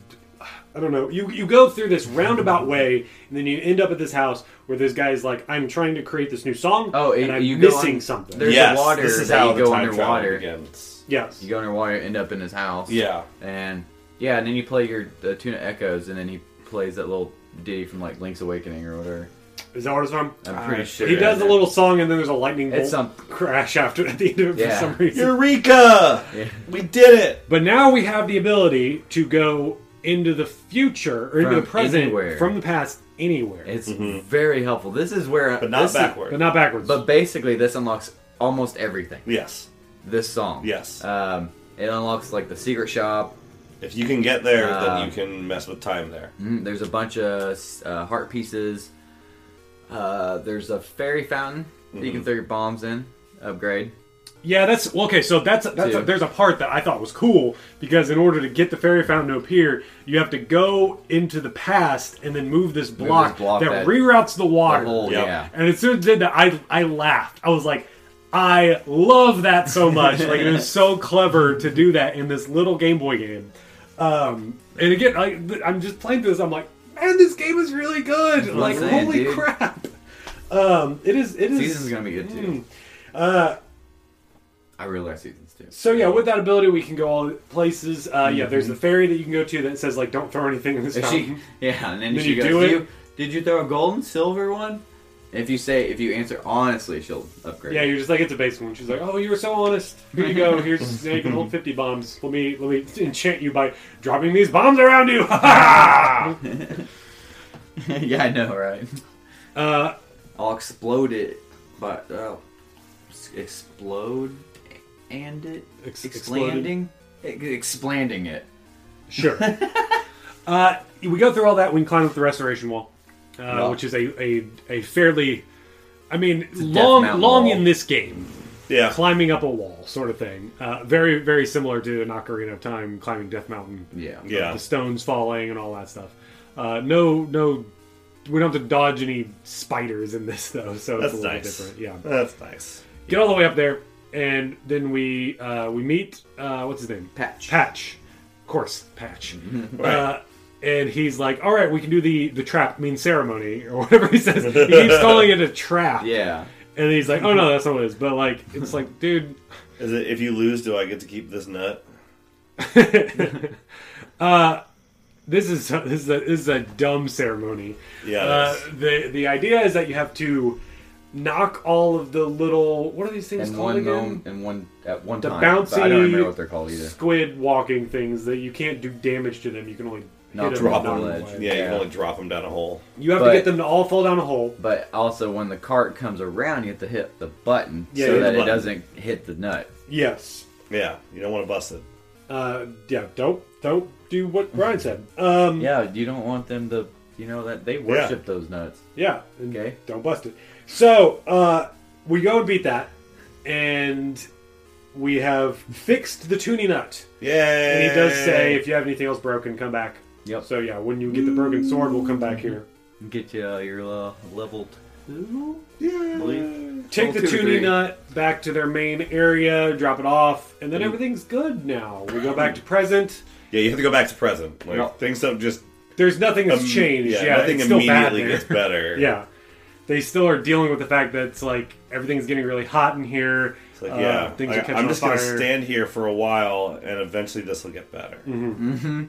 I don't know. You you go through this roundabout way, and then you end up at this house where this guy is like, "I'm trying to create this new song,
Oh,
and
you-
I'm
you go
missing
on-
something."
there's-
yes,
the water
this is
that
how
you
the
go
time travel
underwater.
begins.
yes.
You go underwater, end up in his house.
Yeah.
and yeah, and then you play your the tuna echoes, and then he plays that little ditty from like Link's Awakening or whatever.
Is that what it's from?
I'm pretty sure
He does
it
a
is.
little song, and then there's a lightning bolt
It's some-
crash after at the end of it for
Yeah.
some reason.
Eureka! We did it!
But now we have the ability to go into the future or into
From
the present
anywhere.
from the past anywhere,
It's very helpful. This is where,
Mm-hmm. But not
this is-
backward.
but not backwards.
but basically, this unlocks almost everything.
yes.
This song.
Yes.
Um, it unlocks like the secret shop.
If you can get there,
Uh,
then you can mess with time there.
Mm, There's a bunch of uh, heart pieces. Uh, there's a fairy fountain that
Mm-hmm.
you can throw your bombs in. Upgrade.
Yeah, that's well, okay. So that's that's
Two.
there's a part that I thought was cool because in order to get the fairy fountain to appear, you have to go into the past and then move this block,
block
that,
that-
reroutes the
The
water.
whole,
Yep.
yeah.
And as soon as it did that, I I laughed. I was like, I love that so much. like it is so clever to do that in this little Game Boy game. Um, and again, I, th- I'm just playing through this. I'm like, man, this game is really good.
what
Like,
I'm saying,
holy
dude.
crap. Um, it is. It is.
Season's gonna be good too.
Mm.
I really like seasons too.
So yeah, with that ability, we can go all places. Uh, Yeah, there's the ferry that you can go to that says like, "Don't throw anything in this
If Mm-hmm. she,
fountain."
yeah, and then,
mm-hmm. Did
she
you
goes,
do it?
You, "Did you throw a gold and silver one?" If you say, if you answer honestly, she'll upgrade.
Yeah, you're just like it's a basic one. She's like, "Oh, you were so honest. Here you go. Here's now you can hold 50 bombs. Let me let me enchant you by dropping these bombs around you." uh,
yeah, I know, right?
Uh,
I'll explode it, but uh, s- explode and it
Ex-
expanding, Ex- expanding it.
sure. uh, we go through all that. We can climb up the restoration wall, uh,
Yeah.
which is a a, a fairly, I mean,
a death
long
mountain
long
wall.
in this game.
Yeah.
climbing up a wall sort of thing. Uh, very, very similar to an Ocarina of Time climbing Death Mountain.
Yeah.
Yeah.
The stones falling and all that stuff. Uh, no, no, we don't have to dodge any spiders in this though, so
That's
it's a little bit
nice.
different. Yeah.
That's nice.
Get all the way up there, and then we uh, we meet uh, what's his name?
Patch.
Patch. Of course, Patch.
Right.
Uh, and he's like, "All right, we can do the the trap mean ceremony or whatever he says." He keeps calling it a trap.
Yeah.
And he's like, "Oh no, that's not what it is." But like, it's like, dude,
Is it if you lose, do I get to keep this nut?
this is this is a, this is a dumb ceremony.
Yeah, it
Uh,
is.
the the idea is that you have to knock all of the little what are these things
In
called
one
again?
moment, in one at one
the
time.
bouncy
but I don't remember what they're called either.
squid walking things that you can't do damage to them. You can only
Knock
hit them
them
and
off the
knock them
ledge.
away.
Yeah, you can
Yeah.
only drop them down a hole.
You have to
But-
get them to all fall down a hole.
But also, when the cart comes around, you have to hit the button
Yeah, hit
so
the
that it
button.
doesn't hit the nut.
Yes.
Yeah, you don't want to bust it.
Uh, yeah. Don't don't do what Brian said. Um, yeah.
Yeah, you don't want them to. You know that they worship those nuts.
and
Okay.
Don't bust it. So uh, we go and beat that, and we have fixed the tuning nut.
Yay!
And he does say, if you have anything else broken, come back.
Yep.
So yeah, when you get the broken sword, we'll come back here.
Get you uh, your uh, leveled.
Yeah.
Take
Level
the
two or
tuning
three.
nut back to their main area, drop it off, and then
Mm.
everything's good now. We go back to present.
Yeah, you have to go back to present. Like
No.
things don't just
There's nothing that's
um,
changed. Yeah,
nothing
it's still
immediately
bad there.
gets better.
Yeah. They still are dealing with the fact that it's like everything's getting really hot in here.
It's like,
Uh,
yeah,
things
I,
are catching
am
on
just
fire.
gonna stand here for a while, and eventually this will get better.
Mm-hmm.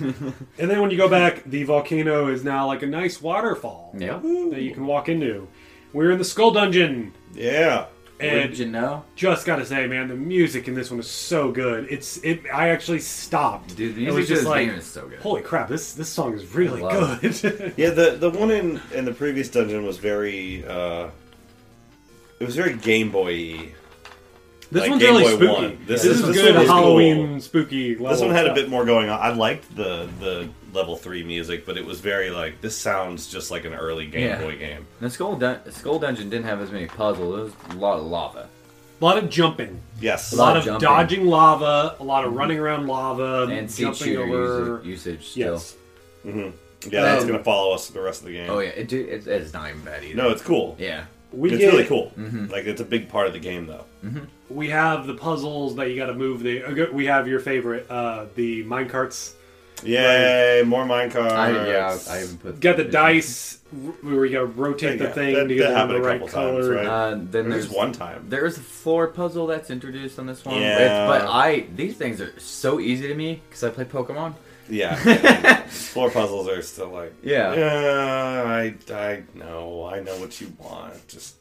And then when you go back, the volcano is now like a nice waterfall
Yeah.
that you can walk into. We're in the skull dungeon.
Yeah,
And
Did you know?
just gotta say, man, the music in this one is so good. It's it. I actually stopped.
Dude, the
It
music
was
to
just
this
like,
game is so good.
holy crap, this this song is really
I love
good.
Yeah, the the one in in the previous dungeon was very uh it was very Game Boy.
this
Like
one's
Game
really
Boy
spooky.
one.
This,
This
is,
is- this
good
one is
Halloween
cool.
spooky. Level
This one had a
stuff.
bit more going on. I liked the the level three music, but it was very like this sounds just like an early Game
Yeah.
Boy game.
The skull, dun- skull dungeon didn't have as many puzzles. It was a lot of lava.
A lot of jumping,
Yes,
a lot,
lot
of
of jumping.
dodging lava, a lot of running around lava,
And seed
jumping
shooter
over.
usa- usage still.
Yes,
yeah, that's
Um,
gonna follow us the rest of the game.
Oh yeah, it, dude, it's, it's not even bad either.
No, it's cool.
Yeah.
we
it's
get-
really cool.
Mm-hmm.
Like it's a big part of the game though.
We have the puzzles that you got to move. The uh, we have your favorite, uh, the mine carts.
Yay, more minecarts.
I, yeah, I even put.
Got the dice where you got to rotate
Yeah,
the thing
that-
to get
that
them
happened
the
a
right
couple times,
color.
right?
Uh, then
There's
there's
one time.
There is a floor puzzle that's introduced on this one.
Yeah.
It's- but I these things are so easy to me because I play Pokemon.
Yeah. Floor puzzles are still like,
Yeah.
yeah, I, I know, I know what you want. Just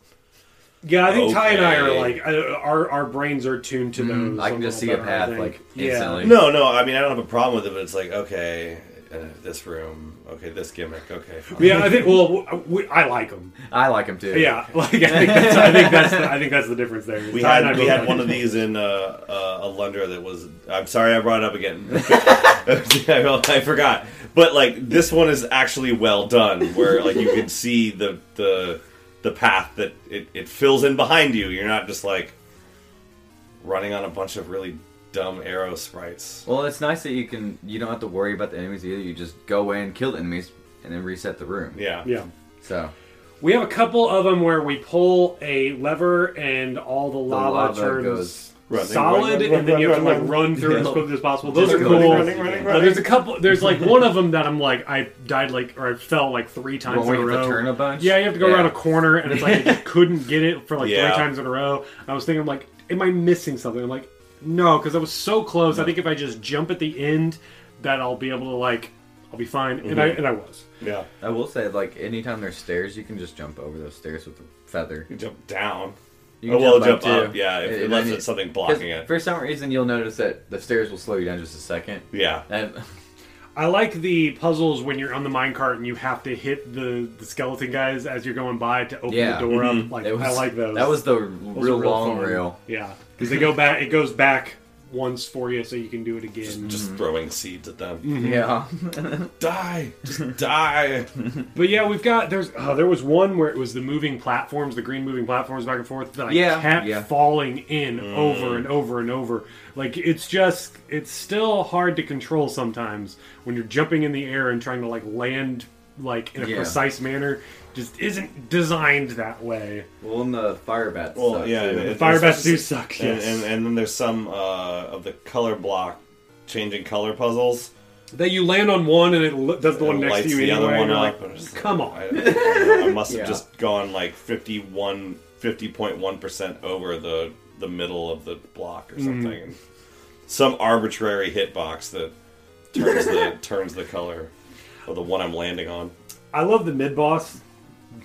Yeah, I think Ty and I are
Okay.
like uh, our our brains are tuned to those.
Mm, I can
a
just see
little
a
better, I
path
think.
like
Yeah.
instantly.
no, no. I mean, I don't have a problem with it, but it's like, okay, uh, this room, okay, this gimmick, okay. fine.
Yeah, I think. Well, w- we, I like them.
I like them too.
Yeah, like I think that's I think that's the, I think that's the difference there.
We
Ty and I
had we
both
had
like
one
it.
of these in uh, uh, a Lundra that was. I'm sorry, I brought it up again. I forgot, but like this one is actually well done, where like you can see the the the path that it, it fills in behind you. You're not just like running on a bunch of really dumb arrow sprites.
Well, it's nice that you can you don't have to worry about the enemies either. You just go away and kill the enemies and then reset the room.
Yeah,
Yeah,
So
we have a couple of them where we pull a lever and all the lava,
lava
turns
goes
Running,
solid,
running,
and then you have to like
running,
run through it as
Yeah.
quickly as possible. Those
Just
are
go.
cool.
Running, running,
Uh, there's a couple. There's like one of them that I'm like I died like or I fell like three times
Well,
in a
we have
row.
to turn a bunch?
Yeah, you have to go
Yeah.
around a corner, and it's like I just couldn't get it for like
Yeah.
three times in a row. I was thinking like, am I missing something? I'm like, no, because I was so close. I think if I just jump at the end, that I'll be able to like, I'll be fine. And
Mm-hmm.
I and I was.
yeah.
I will say like anytime there's stairs, you can just jump over those stairs with a feather.
You jump down.
You
Oh,
can
well,
jump up,
jump up,
too.
yeah, if-
And- and
unless
then
it's something
'cause
blocking it.
For some reason, you'll notice that the stairs will slow you down just a second.
Yeah.
And
I like the puzzles when you're on the minecart and you have to hit the, the skeleton guys as you're going by to open
Yeah. Mm-hmm.
the door up. Like
it was,
I like those.
That was the
Those
real,
are
long
fun.
rail.
Yeah, because they go back. It goes back once for you, so you can do it again.
Just throwing seeds at them.
Yeah.
Mm.
Die, just die.
But yeah, we've got there's oh, there was one where it was the moving platforms, the green moving platforms back and forth that I
Yeah,
kept
yeah.
falling in
Mm.
over and over and over. Like it's just it's still hard to control sometimes when you're jumping in the air and trying to like land like in a
Yeah.
precise manner. Just isn't designed that way.
well, in the fire bats.
Well,
suck,
yeah,
too.
it-
Fire
it's-
bats do suck.
and,
Yes.
and, and then there's some uh, of the color block changing color puzzles.
that you land on one and it l- does the one
It
next to
lights
you
the
anyway.
other one
and you're
up.
like,
and it's
Come
like,
on.
I, I must have
Yeah.
just gone like 51, 50.1% over the, the middle of the block
Mm-hmm.
or something. And some arbitrary hitbox that turns the turns the color of the one I'm landing on.
I love the mid boss,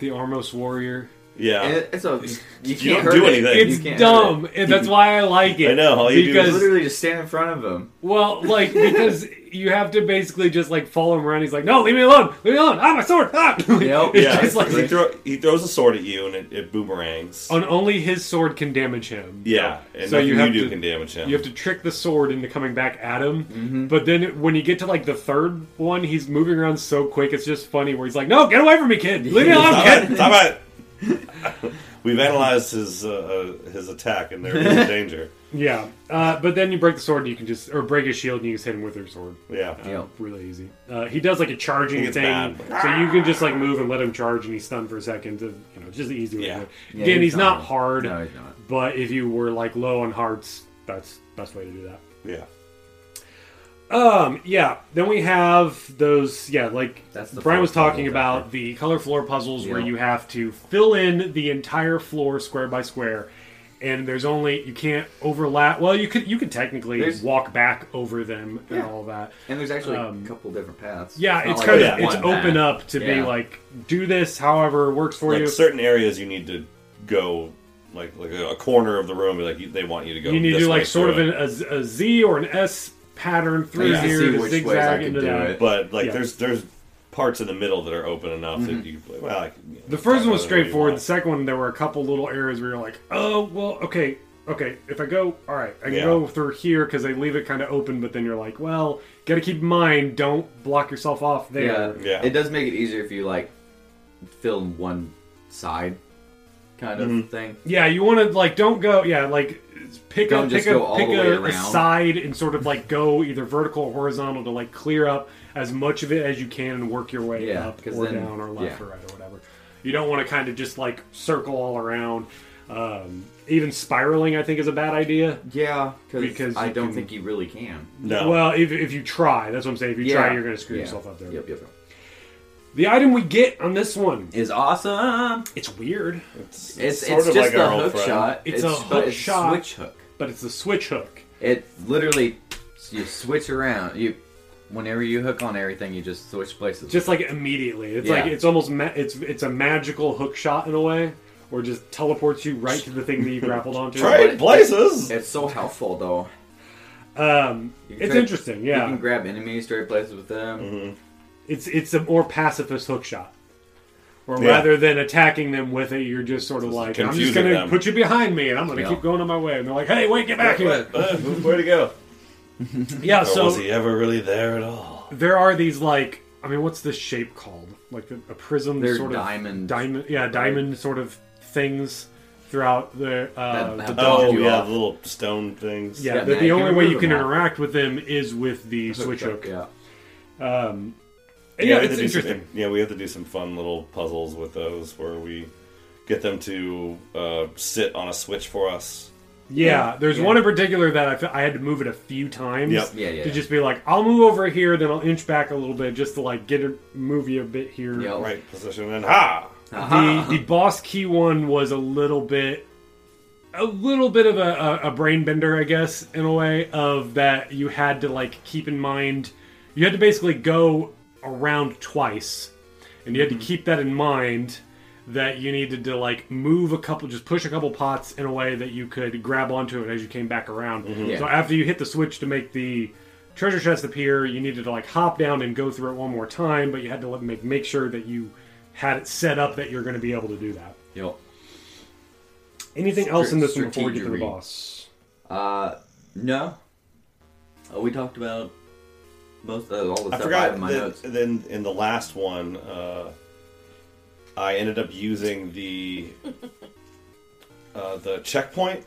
the Armos warrior.
Yeah.
And it- it's a you can't
don't do
hurt it.
anything.
You
It's
can't hurt
dumb,
it.
and that's why I like it.
I know, all you do is
You
because
literally just stand in front of them.
well, like because you have to basically just like follow him around. He's like, "No, leave me alone, leave me alone. Ah, my sword!" Ah, Like,
Yep.
it's
yeah,
just like
he, throw, he throws a sword at you and it, it boomerangs.
on only his sword can damage him.
yeah, and
Oh, So
nothing
you
you,
have
do
to-
can damage him.
You have to trick the sword into coming back at him. But then it- when you get to like the third one, he's moving around so quick. It's just funny where he's like, "No, get away from me, kid! Leave me alone,
Stop it!
kid!"
Stop it! We've analyzed his uh, uh, his attack, and there is danger.
Yeah. Uh, but then you break the sword, and you can just or break his shield, and you just hit him with your sword.
Yeah.
Yep.
really easy. Uh, he does like a charging
He gets
thing,
mad.
so you can just like move and let him charge, and he's stunned for a second. To, you know, it's just the easy way.
Yeah.
To do it.
Yeah,
Again, he's,
he's
not
not.
hard,
No, he's not.
but if you were like low on hearts, that's best way to do that.
Yeah.
Um, yeah. Then we have those. Yeah, like
That's the
Brian was
floor
talking
puzzle
about
back
the color floor puzzles where
Yeah.
you have to fill in the entire floor square by square, and there's only you can't overlap. Well, you could you could technically
There's-
walk back over them and
Yeah.
all that.
And there's actually
Um,
a couple different paths.
Yeah,
not
it's
like
kind of
there's
it's
one
open
path.
up to be
Yeah.
like do this however it works for
Like
you.
certain areas, you need to go like like a corner of the room. Like you, they want you to go.
you need to
this
do
way
like sort of
through
an,
it.
a, z- a Z or an S pattern through
Yeah.
here
See
to
which ways I
zigzag
can
into
do
that.
it.
But like
Yeah. Mm-hmm.
there's there's parts in the middle that are open enough that you. Well, I can, you know,
The first one was
whatever you
straightforward. The
want.
second one, there were a couple little areas where you're like, oh, well, okay, okay. If I go, all right, I can
Yeah.
go through here because they leave it kind of open. But then you're like, well, got to keep in mind, don't block yourself off
Yeah.
there.
Yeah.
It does make it easier if you like film one side kind of thing.
Yeah, you want to like don't go. Yeah, like pick
Don't
a
just
pick
go
a
all
pick
the way
a, a
around.
side and sort of like go either vertical or horizontal to like clear up as much of it as you can and work your way
Yeah,
up
'cause
or
then-
down or left
yeah.
or right or whatever. You don't want to kind of just like circle all around. Um, even spiraling, I think, is a bad idea.
Yeah,
Because
because I
you
don't
can-
think you really can.
no.
Well, if, if you try, that's what I'm saying. If you
yeah.
try, you're going to screw
Yeah.
yourself up there.
Yep, yep. yep.
The item we get on this one,
Is awesome.
it's weird,
it's,
It's
sort
it's
of
just
like
a
our old
hook
friend.
shot.
It's a
but
hook
it's
shot.
Switch hook.
but it's the switch hook.
It literally you switch around. You whenever you hook on everything, you just switch places.
Just like immediately, it's
Yeah.
like it's almost ma- it's it's a magical hook shot in a way, or just teleports you right to the thing that you grappled onto.
Trade places.
it's so helpful though.
Um,
You can
it's
trade-
interesting.
You
Yeah,
can grab enemies, trade places with them.
Mm-hmm.
it's it's a more pacifist hook shot. Or
Yeah.
rather than attacking them with it, you're just sort of like, I'm just
confusing
gonna
them.
put you behind me, and I'm gonna
Yeah.
keep going on my way. And they're like, Hey, wait, get back here!
Where to Uh, go?
Yeah,
Oh,
Or
so
was he ever really there at all?
there are these like I mean, what's this shape called? Like a, a prism,
They're
sort of
diamond-
diamond, yeah, diamond sort of things throughout the uh,
That-
the
that-
Oh
you
yeah,
off.
the little stone things.
Yeah,
Yeah,
the,
man,
the
you
only
can
way you
remove
can
them all.
interact with them is with the switch hook.
Yeah.
Yeah,
we have
it's
to do some-
interesting.
yeah, we have to do some fun little puzzles with those where we get them to uh, sit on a switch for us.
Yeah, there's
Yeah.
one in particular that I, fe- I had to move it a few times
Yep.
Yeah, yeah,
to
yeah.
just be like, I'll move over here, then I'll inch back a little bit just to like get a move you a bit here.
Yep.
Right position and ha!
The the boss key one was a little bit, a little bit of a, a, a brain bender, I guess, in a way of that you had to like keep in mind. You had to basically go around twice, and you had
Mm-hmm.
to keep that in mind that you needed to like move a couple, just push a couple pots in a way that you could grab onto it as you came back around.
Yeah.
So after you hit the switch to make the treasure chest appear, you needed to like hop down and go through it one more time, but you had to let- make make sure that you had it set up that you're going to be able to do that.
Yep.
Anything else in this one before we get to the
Strategery.
boss?
Uh, no. Oh, we talked about most uh, all the
I
stuff I have
forgot.
in my
that-
notes.
Then in the last one, uh, I ended up using the uh, the checkpoint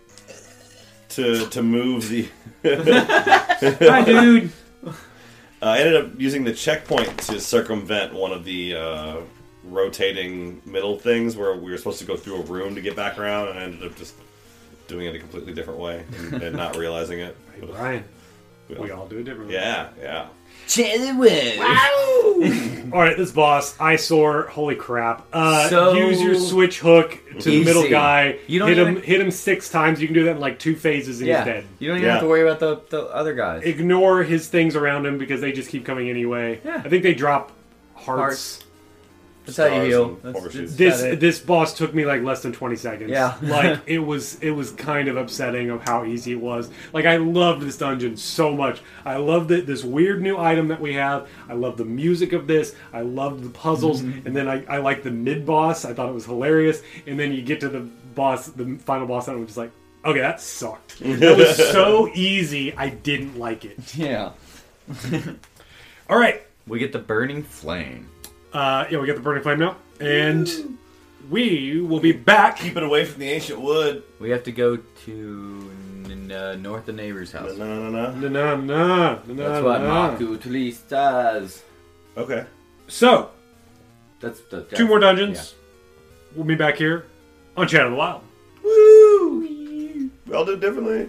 to to move the.
Hi, dude.
Uh, I ended up using the checkpoint to circumvent one of the uh, rotating middle things where we were supposed to go through a room to get back around, and I ended up just doing it a completely different way and, and not realizing it.
Hey, Brian. We all do it differently.
Yeah, yeah.
All right, this boss eyesore. Holy crap! Uh,
So
use your switch hook to the middle
easy.
guy.
You don't
hit him.
even-
Hit him six times. You can do that in like two phases, and
yeah.
he's dead.
You don't even
Yeah.
have to worry about the, the other guys.
Ignore his things around him because they just keep coming anyway.
Yeah.
I think they drop hearts.
Hearts. That's how you
Stars
heal.
and
That's,
overseas.
that's
This
about it.
this boss took me like less than twenty seconds.
Yeah.
like it was it was kind of upsetting of how easy it was. Like I loved this dungeon so much. I loved it. This weird new item that we have. I love the music of this. I loved the puzzles,
Mm-hmm.
and then I I liked the mid boss. I thought it was hilarious. And then you get to the boss, the final boss, and I'm just like, okay, that sucked. That was so easy. I didn't like it.
yeah.
All right.
We get the burning flame.
Uh, yeah, we got the burning flame now, and we will be back.
Keep it away from the ancient wood.
We have to go to n- uh, north of neighbor's house.
No, no, no, no.
Na na na na na.
That's what
na.
Maku Tulis does.
Okay.
So,
That's the
two more dungeons. We'll be back here on Channel Wild.
We all do it differently.